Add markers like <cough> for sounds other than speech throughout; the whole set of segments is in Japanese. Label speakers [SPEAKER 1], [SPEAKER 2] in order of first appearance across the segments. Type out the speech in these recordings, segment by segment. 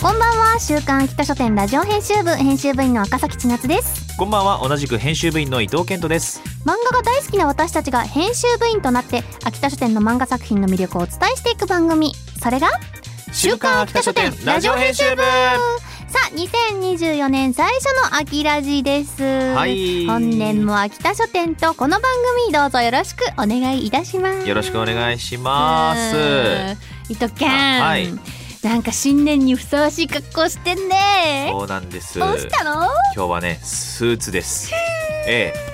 [SPEAKER 1] こんばんは週刊秋田書店ラジオ編集部編集部員の赤崎千夏です
[SPEAKER 2] こんばんは同じく編集部員の伊藤健人です
[SPEAKER 1] 漫画が大好きな私たちが編集部員となって秋田書店の漫画作品の魅力をお伝えしていく番組それが
[SPEAKER 2] 週刊秋田書店ラジオ編集部
[SPEAKER 1] さあ2024年最初の秋ラジです、
[SPEAKER 2] はい
[SPEAKER 1] 本年も秋田書店とこの番組どうぞよろしくお願いいたします
[SPEAKER 2] よろしくお願いします
[SPEAKER 1] 伊藤健
[SPEAKER 2] あはい
[SPEAKER 1] なんか新年にふさわしい格好してんね
[SPEAKER 2] そうなんです
[SPEAKER 1] どうしたの
[SPEAKER 2] 今日はねスーツですええ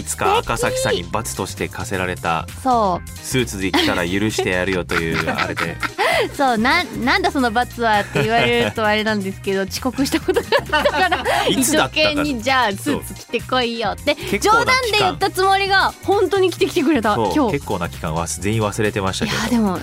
[SPEAKER 2] いつか赤崎さんに罰として課せられた
[SPEAKER 1] そう
[SPEAKER 2] スーツで来たら許してやるよというあれで
[SPEAKER 1] そうなんなんだその罰はって言われるとあれなんです
[SPEAKER 2] <laughs>
[SPEAKER 1] けど遅刻したことがあったから
[SPEAKER 2] いつだったか
[SPEAKER 1] 一生懸命にじゃあスーツ着てこいよって
[SPEAKER 2] 結
[SPEAKER 1] 冗
[SPEAKER 2] 構
[SPEAKER 1] 談
[SPEAKER 2] な
[SPEAKER 1] で
[SPEAKER 2] 期間
[SPEAKER 1] 言ったつもりが本当に着てきてくれた
[SPEAKER 2] そ
[SPEAKER 1] 今
[SPEAKER 2] う
[SPEAKER 1] 日い
[SPEAKER 2] 結構な期間は全員忘れてましたけ
[SPEAKER 1] や
[SPEAKER 2] ど
[SPEAKER 1] でも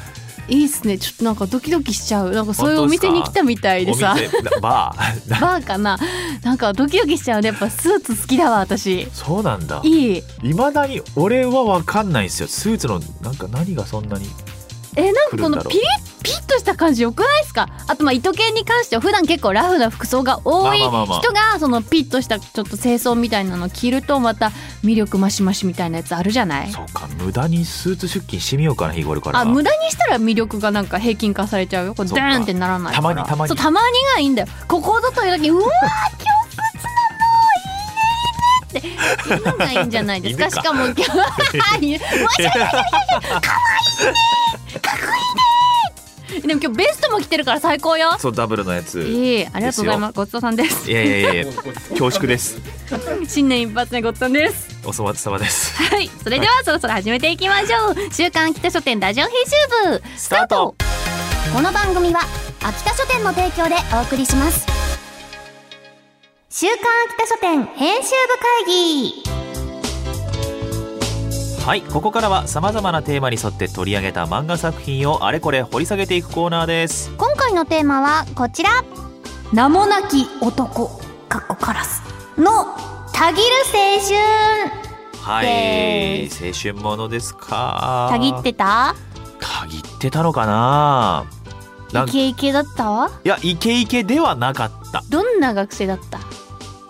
[SPEAKER 1] いいっすねちょっとなんかドキドキしちゃうなんかそういうお店に来たみたいでさ
[SPEAKER 2] お店なバーな
[SPEAKER 1] バーかななんかドキドキしちゃうねやっぱスーツ好きだわ私
[SPEAKER 2] そうなんだ
[SPEAKER 1] いい
[SPEAKER 2] いまだに俺は分かんないんですよスーツのなんか何がそんなに
[SPEAKER 1] えなんか
[SPEAKER 2] 来る
[SPEAKER 1] こ
[SPEAKER 2] んだろ
[SPEAKER 1] の
[SPEAKER 2] う
[SPEAKER 1] ピリッピリッとした感じよくないですかあとまあ糸犬に関しては普段結構ラフな服装が多い人
[SPEAKER 2] まあまあまあまあ
[SPEAKER 1] がそのピッとしたちょっと清掃みたいなの着るとまた魅力マシマシみたいなやつあるじゃない
[SPEAKER 2] そうか無駄にスーツ出勤してみようかな日頃から
[SPEAKER 1] あ無駄にしたら魅力がなんか平均化されちゃうよこれ
[SPEAKER 2] そ
[SPEAKER 1] ド
[SPEAKER 2] うか
[SPEAKER 1] ーンってならないから
[SPEAKER 2] たまにたまに
[SPEAKER 1] そうたまにがいいんだよここぞという時うわー今日靴なのいいねいいねって犬がいいんじゃないですか
[SPEAKER 2] 犬
[SPEAKER 1] し
[SPEAKER 2] か
[SPEAKER 1] かも今
[SPEAKER 2] <laughs>
[SPEAKER 1] 日犬でも今日ベストも着てるから最高よ。
[SPEAKER 2] そうダブルのやつい
[SPEAKER 1] ええありがとうございます。ごちそうさんです。
[SPEAKER 2] やいやいやいや恐縮です
[SPEAKER 1] 新年一発目ごちそうさんです。
[SPEAKER 2] お粗末様です
[SPEAKER 1] はい、それではそろそろ始めていきましょう。週刊秋田書店ラジオ編集部
[SPEAKER 2] スタート。
[SPEAKER 1] この番組は秋田書店の提供でお送りします。週刊秋田書店編集部会議。
[SPEAKER 2] はいここからはさまざまなテーマに沿って取り上げた漫画作品をあれこれ掘り下げていくコーナーです
[SPEAKER 1] 今回のテーマはこちら名もなき男かっこカラスのたぎる青
[SPEAKER 2] は
[SPEAKER 1] イエ
[SPEAKER 2] い青春ものですか
[SPEAKER 1] 春たぎってた
[SPEAKER 2] たぎってたのかななん
[SPEAKER 1] イ
[SPEAKER 2] い
[SPEAKER 1] ケイケだった
[SPEAKER 2] やイケイケではなかった
[SPEAKER 1] どんな学生だった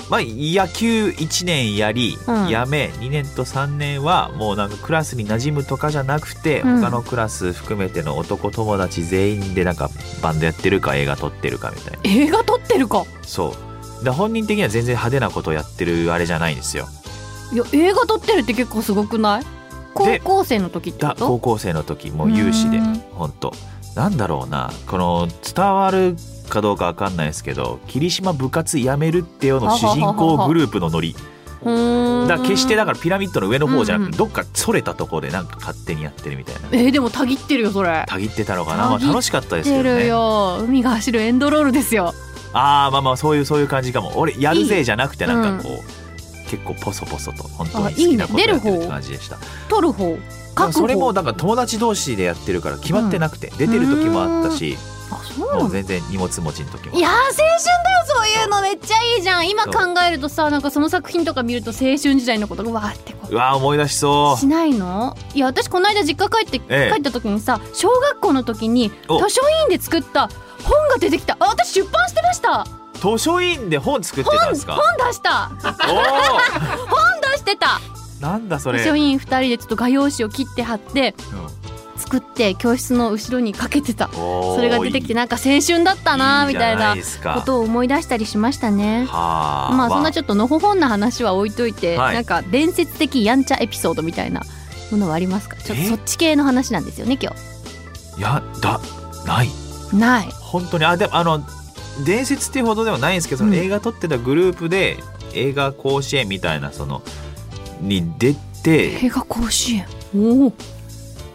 [SPEAKER 2] まあ野球1年やり、
[SPEAKER 1] うん
[SPEAKER 2] やめ2年と3年はもうなんかクラスに馴染むとかじゃなくて、
[SPEAKER 1] うん
[SPEAKER 2] 他のクラス含めての男友達全員でなんかバンドやってるか映画撮ってるかみたいな
[SPEAKER 1] 映画撮ってるか
[SPEAKER 2] そうで本人的には全然派手なことをやってるあれじゃないんですよ
[SPEAKER 1] いや映画撮ってるって結構すごくない高校生の時ってこ
[SPEAKER 2] だ高
[SPEAKER 1] と
[SPEAKER 2] 校生の時もう有志で
[SPEAKER 1] うん
[SPEAKER 2] 本当なんだろうなこの伝わるかどうかわかんないですけど霧島部活やめるってよの主人公グループのノリ
[SPEAKER 1] うーん
[SPEAKER 2] だから決してだからピラミッドの上の方じゃな
[SPEAKER 1] うんうん
[SPEAKER 2] くてどっかそれたところでなんか勝手にやってるみたいな
[SPEAKER 1] えーでもたぎってるよそれ
[SPEAKER 2] たぎってたのかな、ま
[SPEAKER 1] たぎっ
[SPEAKER 2] あ、
[SPEAKER 1] てるよ
[SPEAKER 2] 楽しかったです
[SPEAKER 1] て
[SPEAKER 2] けど
[SPEAKER 1] る
[SPEAKER 2] ね
[SPEAKER 1] よ海が走るエンドロールですよ
[SPEAKER 2] ああまあまあそういうそういう感じかも俺やる
[SPEAKER 1] い
[SPEAKER 2] ぜ
[SPEAKER 1] い
[SPEAKER 2] じゃなくてなんかこう結構ポソポソと本当
[SPEAKER 1] あい
[SPEAKER 2] に好
[SPEAKER 1] いね
[SPEAKER 2] きなことやって
[SPEAKER 1] 出
[SPEAKER 2] る
[SPEAKER 1] る
[SPEAKER 2] って
[SPEAKER 1] 方
[SPEAKER 2] 感じでした
[SPEAKER 1] 撮る方書く方
[SPEAKER 2] それもだから友達同士でやってるから決まってなくて、出てる時もあったし
[SPEAKER 1] あそうな
[SPEAKER 2] も
[SPEAKER 1] の
[SPEAKER 2] う全然荷物持ちの時も
[SPEAKER 1] いやー青春だよそういうのめっちゃいいじゃん今
[SPEAKER 2] そう
[SPEAKER 1] 考えるとさなんかその作品とか見ると青春時代のことがわーってこ
[SPEAKER 2] うわー思い出しそう
[SPEAKER 1] しないのいや私この間実家帰って、
[SPEAKER 2] ええ
[SPEAKER 1] 帰った時にさ小学校の時に図
[SPEAKER 2] お
[SPEAKER 1] 書委員で作った本が出てきたあ私出版してました
[SPEAKER 2] 図書委員で本作ってたんですか
[SPEAKER 1] 本出した
[SPEAKER 2] おお
[SPEAKER 1] 本出してた
[SPEAKER 2] ーなんだそれ
[SPEAKER 1] 図書委員2人でちょっと画用紙を切って貼って作って教室の後ろにかけてたそ
[SPEAKER 2] そ
[SPEAKER 1] れが出てきてなんか青春だったなみたいなこ
[SPEAKER 2] は
[SPEAKER 1] とを思い出したりしましたね
[SPEAKER 2] あ
[SPEAKER 1] まあそんな
[SPEAKER 2] ょ
[SPEAKER 1] ちょっとのほほんな話は置いといて、
[SPEAKER 2] はい
[SPEAKER 1] なんか伝説的やんちゃエピソードみたいなものはありますかちょっとそっち系の話なんですよね今
[SPEAKER 2] いやだない
[SPEAKER 1] 日ない
[SPEAKER 2] 本当にあでもあの伝説っていうほどでもないんですけどその
[SPEAKER 1] うん
[SPEAKER 2] 映画撮ってたグループで、映画甲子園みたいなそのに出て
[SPEAKER 1] 映画甲子園おお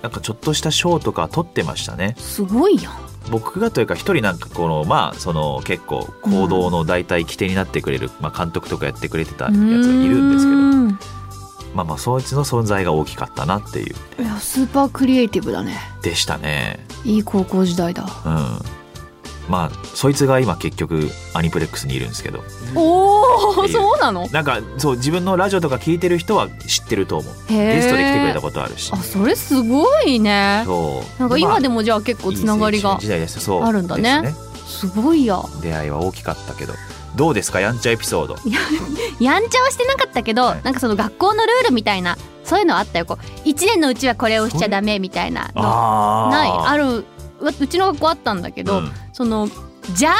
[SPEAKER 2] なんかちょっとした賞とか撮ってましたね
[SPEAKER 1] すごいやん
[SPEAKER 2] 僕がというか一人なんかこのまあその結構行動の大体規定になってくれる、まあ、監督とかやってくれてたやつがいるんですけど
[SPEAKER 1] け
[SPEAKER 2] まあまあそいつの存在が大きかったなっていう
[SPEAKER 1] どいやスーパークリエイティブだね
[SPEAKER 2] でしたね
[SPEAKER 1] いい高校時代だ
[SPEAKER 2] うんまあそいつが今結局アニプレックスにいるんですけど
[SPEAKER 1] おお
[SPEAKER 2] っていう
[SPEAKER 1] そうなの
[SPEAKER 2] なんかそう自分のラジオとか聞いてる人は知ってると思う
[SPEAKER 1] へえ
[SPEAKER 2] ゲストで来てくれたことあるし
[SPEAKER 1] あそれすごいね
[SPEAKER 2] そう
[SPEAKER 1] なんか今でもじゃあ結構つながり
[SPEAKER 2] いい青
[SPEAKER 1] が
[SPEAKER 2] 春時代ですそう
[SPEAKER 1] あるんだね
[SPEAKER 2] で
[SPEAKER 1] す
[SPEAKER 2] す
[SPEAKER 1] ごいや
[SPEAKER 2] 出会いは大きかったけどどうですかやんちゃエピソード
[SPEAKER 1] やんちゃはしてなかったけど、
[SPEAKER 2] はい
[SPEAKER 1] なんかその学校のルールみたいなそういうのあったよこう1年のうちはこれをしちゃダメみたいなの
[SPEAKER 2] あ
[SPEAKER 1] ないあ
[SPEAKER 2] る
[SPEAKER 1] るううちの学校あったんだけど、そのジャー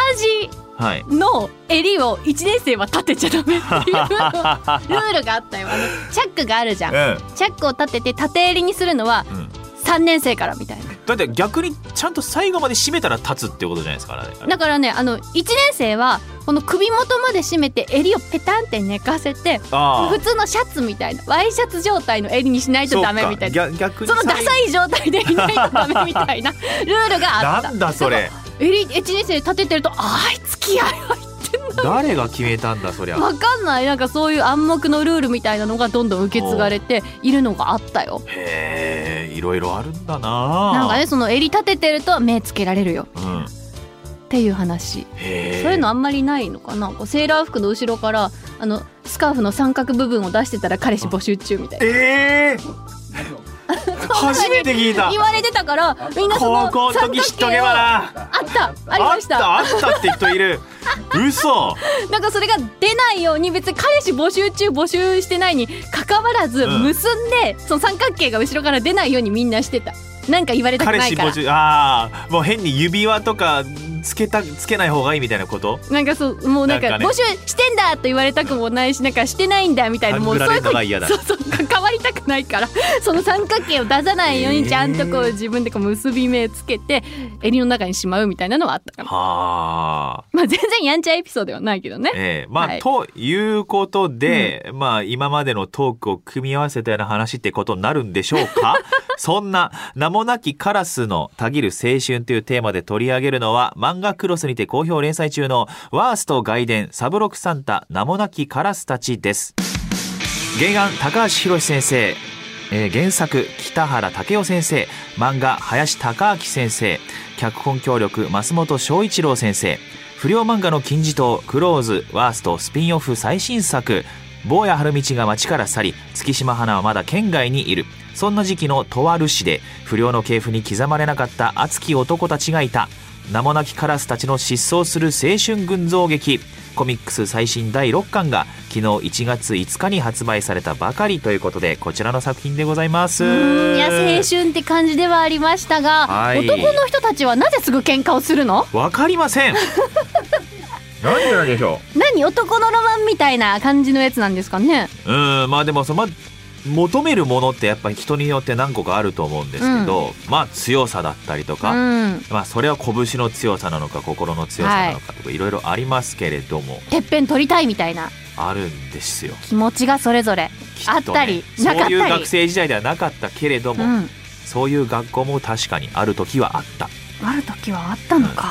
[SPEAKER 2] はい
[SPEAKER 1] <laughs> ジの襟を1年生は立てちゃダメっていう <laughs> ルールがあったよあのチャックがあるじゃん
[SPEAKER 2] う
[SPEAKER 1] チャックを立てて縦襟にするのは
[SPEAKER 2] んうん、
[SPEAKER 1] 3年生からみたい
[SPEAKER 2] だって逆にちゃんと最後まで締めたら立つってことじゃないですかあれ
[SPEAKER 1] なだからねあの1年生はこの首元まで締めて襟をペタンって寝かせて
[SPEAKER 2] あ
[SPEAKER 1] 普通のシャツみたいなワイシャツ状態の襟にしないとダメみたいな
[SPEAKER 2] な逆に
[SPEAKER 1] そのダサい状態でいないとダメみた
[SPEAKER 2] <laughs>
[SPEAKER 1] いなルールがあった
[SPEAKER 2] なんだ
[SPEAKER 1] <laughs>
[SPEAKER 2] それ
[SPEAKER 1] 襟1年生立ててるとあいつ気合い
[SPEAKER 2] 誰が決めたんだそりゃ
[SPEAKER 1] わかんないなんかそういう暗黙のルールみたいなのがどんどん受け継がれているのがあったよ
[SPEAKER 2] へえいろいろあるんだな
[SPEAKER 1] なんか
[SPEAKER 2] な
[SPEAKER 1] ねその襟立ててると目つけられるよ
[SPEAKER 2] うん
[SPEAKER 1] っていう話
[SPEAKER 2] へえ
[SPEAKER 1] そういうのあんまりないのかなこうセーラー服の後ろからあのスカーフの三角部分を出してたら彼氏募集中みたいな
[SPEAKER 2] ええ初めて聞いた
[SPEAKER 1] 言われてたからみんなそ
[SPEAKER 2] 高
[SPEAKER 1] の
[SPEAKER 2] 校の時知っとけば
[SPEAKER 1] あ
[SPEAKER 2] な
[SPEAKER 1] ったあり
[SPEAKER 2] あ
[SPEAKER 1] ま
[SPEAKER 2] っ
[SPEAKER 1] した
[SPEAKER 2] たあったって人いる嘘
[SPEAKER 1] なんかそれが出ないように別に彼氏募集中募集してないにかかわらず
[SPEAKER 2] うん
[SPEAKER 1] 結んで、その三角形が後ろから出ないようにみんなしてたなんか言われたく
[SPEAKER 2] 彼
[SPEAKER 1] な
[SPEAKER 2] 氏
[SPEAKER 1] いから
[SPEAKER 2] 募集ああもう変に指輪とかつけたつけない方がいいみたいなこと
[SPEAKER 1] なんかそうもうなんか
[SPEAKER 2] なんかね
[SPEAKER 1] 募集してんだと言われたくもないしなんかしてないんだみたいなもう
[SPEAKER 2] 勘ぐ
[SPEAKER 1] そう
[SPEAKER 2] ら
[SPEAKER 1] い
[SPEAKER 2] れ
[SPEAKER 1] う
[SPEAKER 2] る
[SPEAKER 1] こ
[SPEAKER 2] の
[SPEAKER 1] と
[SPEAKER 2] が
[SPEAKER 1] そ
[SPEAKER 2] 嫌だ
[SPEAKER 1] うそう関わりたくないから <laughs> その三角形を出さないようにちゃんとこう
[SPEAKER 2] へー
[SPEAKER 1] 自分でこう結び目つけて襟の中にしまうみたいなのはあったかも
[SPEAKER 2] はあ
[SPEAKER 1] まあ全然やんちゃエピソードではないけどね
[SPEAKER 2] ええまあ、
[SPEAKER 1] はい
[SPEAKER 2] ということで、まあ今までのトークを組み合わせたような話ってことになるんでしょう
[SPEAKER 1] <laughs>
[SPEAKER 2] かそんな名もなきカラスのたぎる青春というテーマで取り上げるのは漫画クロスにて好評連載中のワースト外伝サブロクサンタ名もなきカラスたちです原案高橋博先生、えー原作北原武雄先生漫画林孝明先生脚本協力増本昭一郎先生不良漫画の金字塔クローズワーストスピンオフ最新作坊や春道が街から去り月島花はまだ県外にいるそんな時期のとある市で不良の系譜に刻まれなかった熱き男たちがいた名もなきカラスたちの失踪する青春群像劇コミックス最新第6巻が昨日1月5日に発売されたばかりということでこちらの作品でございます
[SPEAKER 1] うーんいや青春って感じではありましたが、
[SPEAKER 2] はい
[SPEAKER 1] 男の人たちはなぜすぐ喧嘩をするの
[SPEAKER 2] わかりませんなんでなんでしょう
[SPEAKER 1] 何男のロマンみたいな感じのやつなんですかね
[SPEAKER 2] うんまあでもその、ま求めるものってやっぱり人によって何個かあると思うんですけど、まあ強さだったりと
[SPEAKER 1] う
[SPEAKER 2] か、
[SPEAKER 1] ん
[SPEAKER 2] まあそれは拳の強さなのか心の強さなのかとかいろいろありますけれども、
[SPEAKER 1] てっぺん取りたいみたいな
[SPEAKER 2] あるんですよ。
[SPEAKER 1] 気持ちがそれぞれ
[SPEAKER 2] きとね
[SPEAKER 1] あったりなかったり
[SPEAKER 2] そういう学生時代ではなかったけれど
[SPEAKER 1] う
[SPEAKER 2] も、
[SPEAKER 1] ん
[SPEAKER 2] そういう学校も確かにある時はあった。
[SPEAKER 1] ある時はあったのか、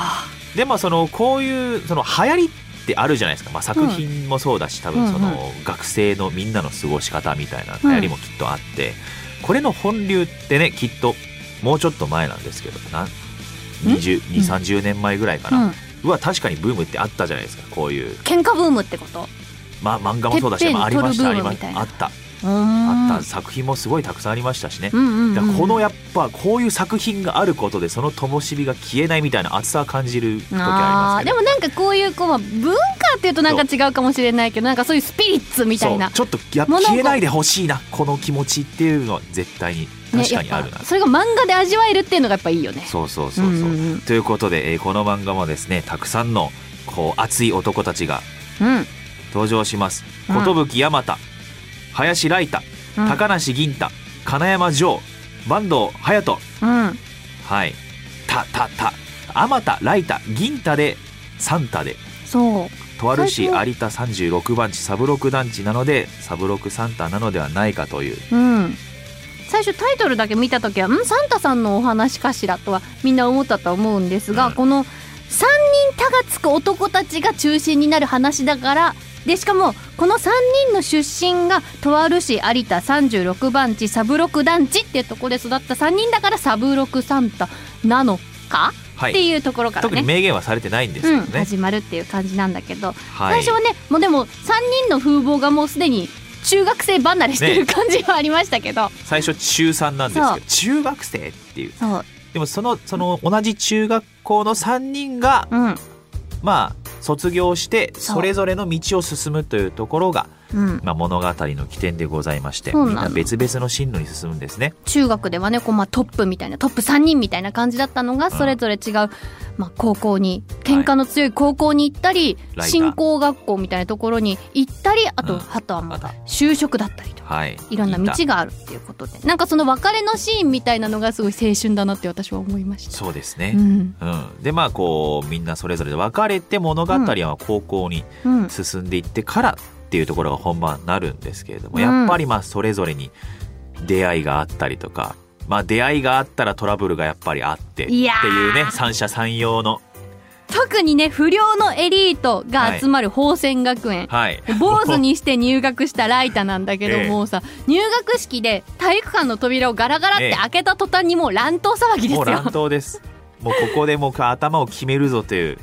[SPEAKER 2] でまあそのこういうその流行りってあるじゃないですか、まあ、作品もそうだし、多分そ
[SPEAKER 1] うん
[SPEAKER 2] の学生のみんなの過ごし方みたいな流行りもきっとあって、これの本流ってねきっともうちょっと前なんですけどなん20 2 3 0年前ぐらいか
[SPEAKER 1] う
[SPEAKER 2] な、
[SPEAKER 1] ん
[SPEAKER 2] うわ確かにブームってあったじゃないですかこういう、
[SPEAKER 1] 喧嘩ブームってこと
[SPEAKER 2] まあ、漫画もそうだ
[SPEAKER 1] てっ
[SPEAKER 2] し、
[SPEAKER 1] ぺん
[SPEAKER 2] まあ、ありましたあ
[SPEAKER 1] 取るブ
[SPEAKER 2] り
[SPEAKER 1] ーム
[SPEAKER 2] ま
[SPEAKER 1] み
[SPEAKER 2] した
[SPEAKER 1] いな
[SPEAKER 2] たあったあ
[SPEAKER 1] あ
[SPEAKER 2] った作品もすごいたくさんありましたしね、
[SPEAKER 1] うんうんうん
[SPEAKER 2] だ
[SPEAKER 1] う
[SPEAKER 2] から
[SPEAKER 1] ん、
[SPEAKER 2] このやっぱこういう作品があることでその灯火が消えないみたいな熱さは感じる時ありま
[SPEAKER 1] あ
[SPEAKER 2] す
[SPEAKER 1] ー
[SPEAKER 2] け
[SPEAKER 1] で
[SPEAKER 2] ど
[SPEAKER 1] もなんかこういうこう、まあ、文化っていうとなんか違うかもしれないけどなんかそういうスピリッツみたいな、
[SPEAKER 2] そうちょっとやっぱ
[SPEAKER 1] 物
[SPEAKER 2] 消
[SPEAKER 1] 心
[SPEAKER 2] えないでほしいなこの気持ちっていうのは絶対に
[SPEAKER 1] ね、
[SPEAKER 2] 確かにある
[SPEAKER 1] や
[SPEAKER 2] な、
[SPEAKER 1] っぱそれが漫画で味わえるっていうのがやっぱいいよね
[SPEAKER 2] そうそうそうそう、
[SPEAKER 1] うんうん
[SPEAKER 2] ということで、えーこの漫画もですねたくさんのこう熱い男たちが
[SPEAKER 1] うん、うん
[SPEAKER 2] 登場します
[SPEAKER 1] うん
[SPEAKER 2] 寿山田林ライタ高梨銀太金山城坂東隼人
[SPEAKER 1] うん、
[SPEAKER 2] はいたたたあまたライタ銀太でサンタで
[SPEAKER 1] そう
[SPEAKER 2] とある市有
[SPEAKER 1] 最
[SPEAKER 2] 田36番地サブロク団地なのでサブロクサンタなのではないかという
[SPEAKER 1] うん最初タイトルだけ見た時はんサンタさんのお話かしらとはみんな思ったと思うんですが、
[SPEAKER 2] うん
[SPEAKER 1] この3人「た」がつく男たちが中心になる話だからでしかもこの3人の出身がとある市有田36番地サブロク団地っていうところで育った3人だからサブロクサンタなのか、
[SPEAKER 2] は
[SPEAKER 1] って
[SPEAKER 2] い。
[SPEAKER 1] いうところから
[SPEAKER 2] 特
[SPEAKER 1] ね
[SPEAKER 2] に明言はされてないんです
[SPEAKER 1] う
[SPEAKER 2] け
[SPEAKER 1] ん、
[SPEAKER 2] どね。
[SPEAKER 1] 始まるっていう感じなんだけど、
[SPEAKER 2] は
[SPEAKER 1] 最
[SPEAKER 2] い。
[SPEAKER 1] 初はねもうでも3人の風貌がもうすでに中学生離れしてる感じはありましたけど、
[SPEAKER 2] 最初中三なんですけど、中学生っていう。
[SPEAKER 3] そう
[SPEAKER 2] でもそのその同じ中学校の三人が
[SPEAKER 3] うん
[SPEAKER 2] まあ卒業して
[SPEAKER 3] そう
[SPEAKER 2] それぞれの道を進むというところが
[SPEAKER 3] うん
[SPEAKER 2] まあ物語の起点でございまして、
[SPEAKER 1] そうなの
[SPEAKER 2] みんな別々の進路に進むんですね。
[SPEAKER 1] 中学ではねこう、まあ、トップみたいなトップ3人みたいな感じだったのが
[SPEAKER 2] ん
[SPEAKER 1] それぞれ違う、まあ、高校に喧嘩の強い高校に行ったり
[SPEAKER 2] ライター
[SPEAKER 1] 新興学校みたいなところに行ったりあと、
[SPEAKER 2] うん
[SPEAKER 1] あとはも
[SPEAKER 2] ま
[SPEAKER 1] う
[SPEAKER 2] た
[SPEAKER 1] 就職だったりとか。
[SPEAKER 2] はい。
[SPEAKER 1] いろんな道
[SPEAKER 2] いた
[SPEAKER 1] があるっていうことでなんかその別れのシーンみたいなのがすごい青春だなって私は思いました。
[SPEAKER 2] そうですね
[SPEAKER 1] う。ん
[SPEAKER 2] うん、でまあこうみんなそれぞれで別れて物語は高校に
[SPEAKER 1] うん、
[SPEAKER 2] 進んでいってからっていうところが本番になるんですけれども、
[SPEAKER 1] うん
[SPEAKER 2] やっぱりまあそれぞれに出会いがあったりとか、まあ、出会いがあったらトラブルがやっぱりあってって
[SPEAKER 1] い
[SPEAKER 2] い
[SPEAKER 1] やー
[SPEAKER 2] うね三者三様の
[SPEAKER 1] 特にね不良のエリートが集まる宝泉学園、
[SPEAKER 2] はい
[SPEAKER 1] 坊主にして入学したライタなんだけど、
[SPEAKER 2] ええ
[SPEAKER 1] もうさ入学式で体育館の扉をガラガラって
[SPEAKER 2] ええ
[SPEAKER 1] 開けた途端にもう乱闘騒ぎです
[SPEAKER 2] も
[SPEAKER 1] よ
[SPEAKER 2] う乱闘ですもうここでもう頭を決めるぞという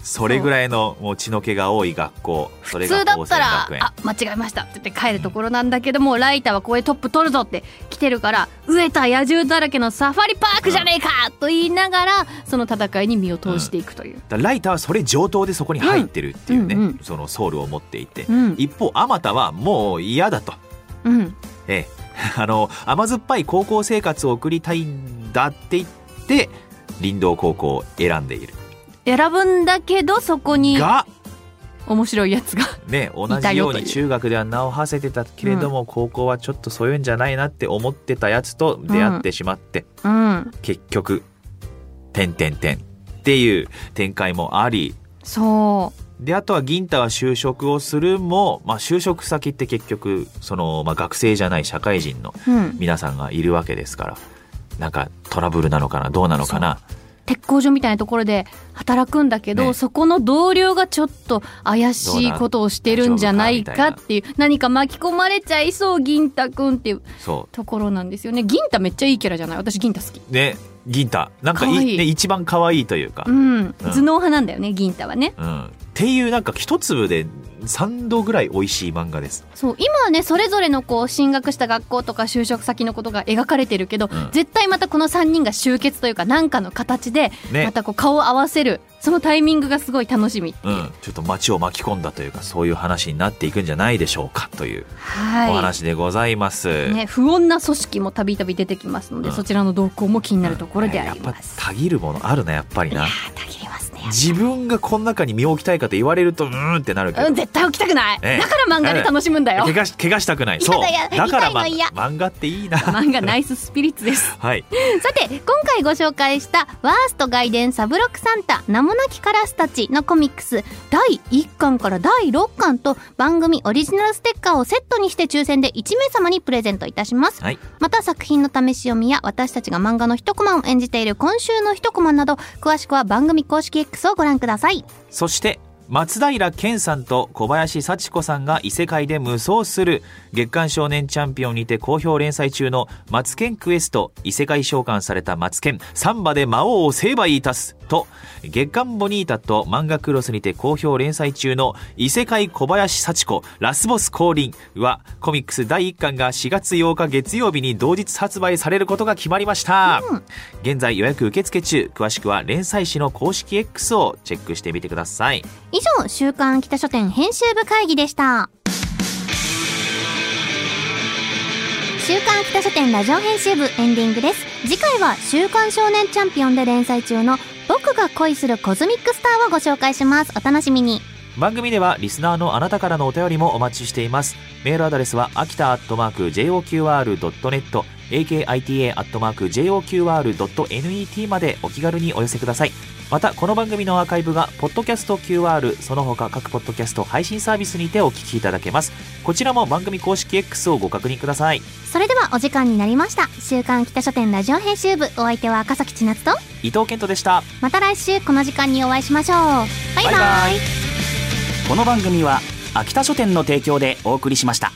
[SPEAKER 2] それぐらいのもう血の気が多い学校それ
[SPEAKER 1] 普通
[SPEAKER 2] が
[SPEAKER 1] だった
[SPEAKER 2] 宝
[SPEAKER 1] ら
[SPEAKER 2] 仙学園
[SPEAKER 1] あ間違えましたって言って帰るところなんだけどもライタはここでトップ取るぞって来てるから飢えた野獣だらけのサファリパークじゃねえかと言いながらその戦いに身を投じていくという。
[SPEAKER 2] だからライターはそれ上等でそこに入ってるっていうね、
[SPEAKER 1] うんうんうん
[SPEAKER 2] そのソウルを持っていて、
[SPEAKER 1] うん
[SPEAKER 2] 一方あまたはもう嫌だと
[SPEAKER 1] うん
[SPEAKER 2] え <laughs> え、あの甘酸っぱい高校生活を送りたいんだって言って林道高校を選んでいる
[SPEAKER 1] 選ぶんだけどそこに
[SPEAKER 2] が、
[SPEAKER 1] 面白いやつが
[SPEAKER 2] ね、同
[SPEAKER 1] いた
[SPEAKER 2] じ
[SPEAKER 1] よ
[SPEAKER 2] よう
[SPEAKER 1] という
[SPEAKER 2] に中学では名を馳せてたけれども、高校はちょっとそういうんじゃないなって思ってたやつと出会ってしまって、
[SPEAKER 1] うん
[SPEAKER 2] 結局「てんてんてん」っていう展開もあり
[SPEAKER 1] そ
[SPEAKER 2] であとは銀太は就職をするも、まあ、就職先って結局その、まあ、学生じゃない社会人の
[SPEAKER 1] う、うん、
[SPEAKER 2] 皆さんがいるわけですからなんかトラブルなのかなどうなのかな
[SPEAKER 1] 鉄工所みたいなところで働くんだけど、
[SPEAKER 2] ね
[SPEAKER 1] そこの同僚がちょっと怪しいことをしてるんじゃないかっていう何か巻き込まれちゃいそう銀太くんっていう
[SPEAKER 2] そ
[SPEAKER 1] ところなんですよね銀太めっちゃいいキャラじゃない私銀太好き
[SPEAKER 2] うね銀太なんかい
[SPEAKER 1] かわいい
[SPEAKER 2] ね、一番可愛いというか、
[SPEAKER 1] う
[SPEAKER 2] うん
[SPEAKER 1] ん、頭脳派なんだよね銀太はね
[SPEAKER 2] っていうなんか一粒で3度ぐらい美味しい漫画です
[SPEAKER 1] そう今はねそれぞれのこう進学した学校とか就職先のことが描かれてるけど、
[SPEAKER 2] うん
[SPEAKER 1] 絶対またこの3人が集結というか何かの形で
[SPEAKER 2] ね
[SPEAKER 1] またこう顔を合わせるそのタイミングがすごい楽しみっていうう、
[SPEAKER 2] ん、ちょっと街を巻き込んだというかそういう話になっていくんじゃないでしょうかという
[SPEAKER 1] はい
[SPEAKER 2] お話でございます、
[SPEAKER 1] ね、不穏な組織もたびたび出てきますので、
[SPEAKER 2] うん
[SPEAKER 1] そちらの動向も気になるところであり
[SPEAKER 2] やっ
[SPEAKER 1] ま
[SPEAKER 2] ぱ
[SPEAKER 1] す。
[SPEAKER 2] たぎるものあるなやっぱりな
[SPEAKER 1] たぎりますね
[SPEAKER 2] 自分がこの中に身を置きたいかと言われるとうーんってなるけど、
[SPEAKER 1] うん、絶対起きたくない。
[SPEAKER 2] ええ
[SPEAKER 1] だから漫画で楽しむんだよ
[SPEAKER 2] 怪。我し怪我したくないそう
[SPEAKER 1] やだやだ
[SPEAKER 2] だから、
[SPEAKER 1] 痛いの嫌
[SPEAKER 2] 漫画っていいな
[SPEAKER 1] 漫画ナイススピリッツ
[SPEAKER 2] <laughs>
[SPEAKER 1] です。
[SPEAKER 2] はい
[SPEAKER 3] さて今回ご紹介した「ワースト外伝サブロクサンタ名もなきカラスたち」のコミックス第1巻から第6巻と番組オリジナルステッカーをセットにして抽選で1名様にプレゼントいたします、
[SPEAKER 2] はい
[SPEAKER 3] また作品の試し読みや私たちが漫画の一コマを演じている今週の一コマなど詳しくは番組公式 X をご覧ください
[SPEAKER 2] そして松平健さんと小林幸子さんが異世界で無双する月刊少年チャンピオンにて好評連載中の「マツケンクエスト異世界召喚されたマツケンサンバで魔王を成敗いたす」と月刊ボニータと漫画クロスにて好評連載中の「異世界小林幸子ラスボス降臨」はコミックス第1巻が4月8日月曜日に同日発売されることが決まりました、現在予約受付中詳しくは連載誌の公式 X をチェックしてみてください
[SPEAKER 3] 以上週刊秋田書店編集部会議でした週刊秋田書店ラジオ編集部エンディングです次回は週刊少年チャンピオンで連載中の僕が恋するコズミックスターをご紹介しますお楽しみに
[SPEAKER 2] 番組ではリスナーのあなたからのお便りもお待ちしていますメールアドレスは秋田アットマーク JOQR.net akita アットマーク JOQR.net までお気軽にお寄せくださいまたこの番組のアーカイブがポッドキャスト QR その他各ポッドキャスト配信サービスにてお聞きいただけますこちらも番組公式 X をご確認ください
[SPEAKER 1] それではお時間になりました週刊北書店ラジオ編集部お相手は赤崎千夏と
[SPEAKER 2] 伊藤健人でした
[SPEAKER 1] また来週この時間にお会いしましょうバイバイ
[SPEAKER 2] バイバイ
[SPEAKER 4] この番組は秋田書店の提供でお送りしました。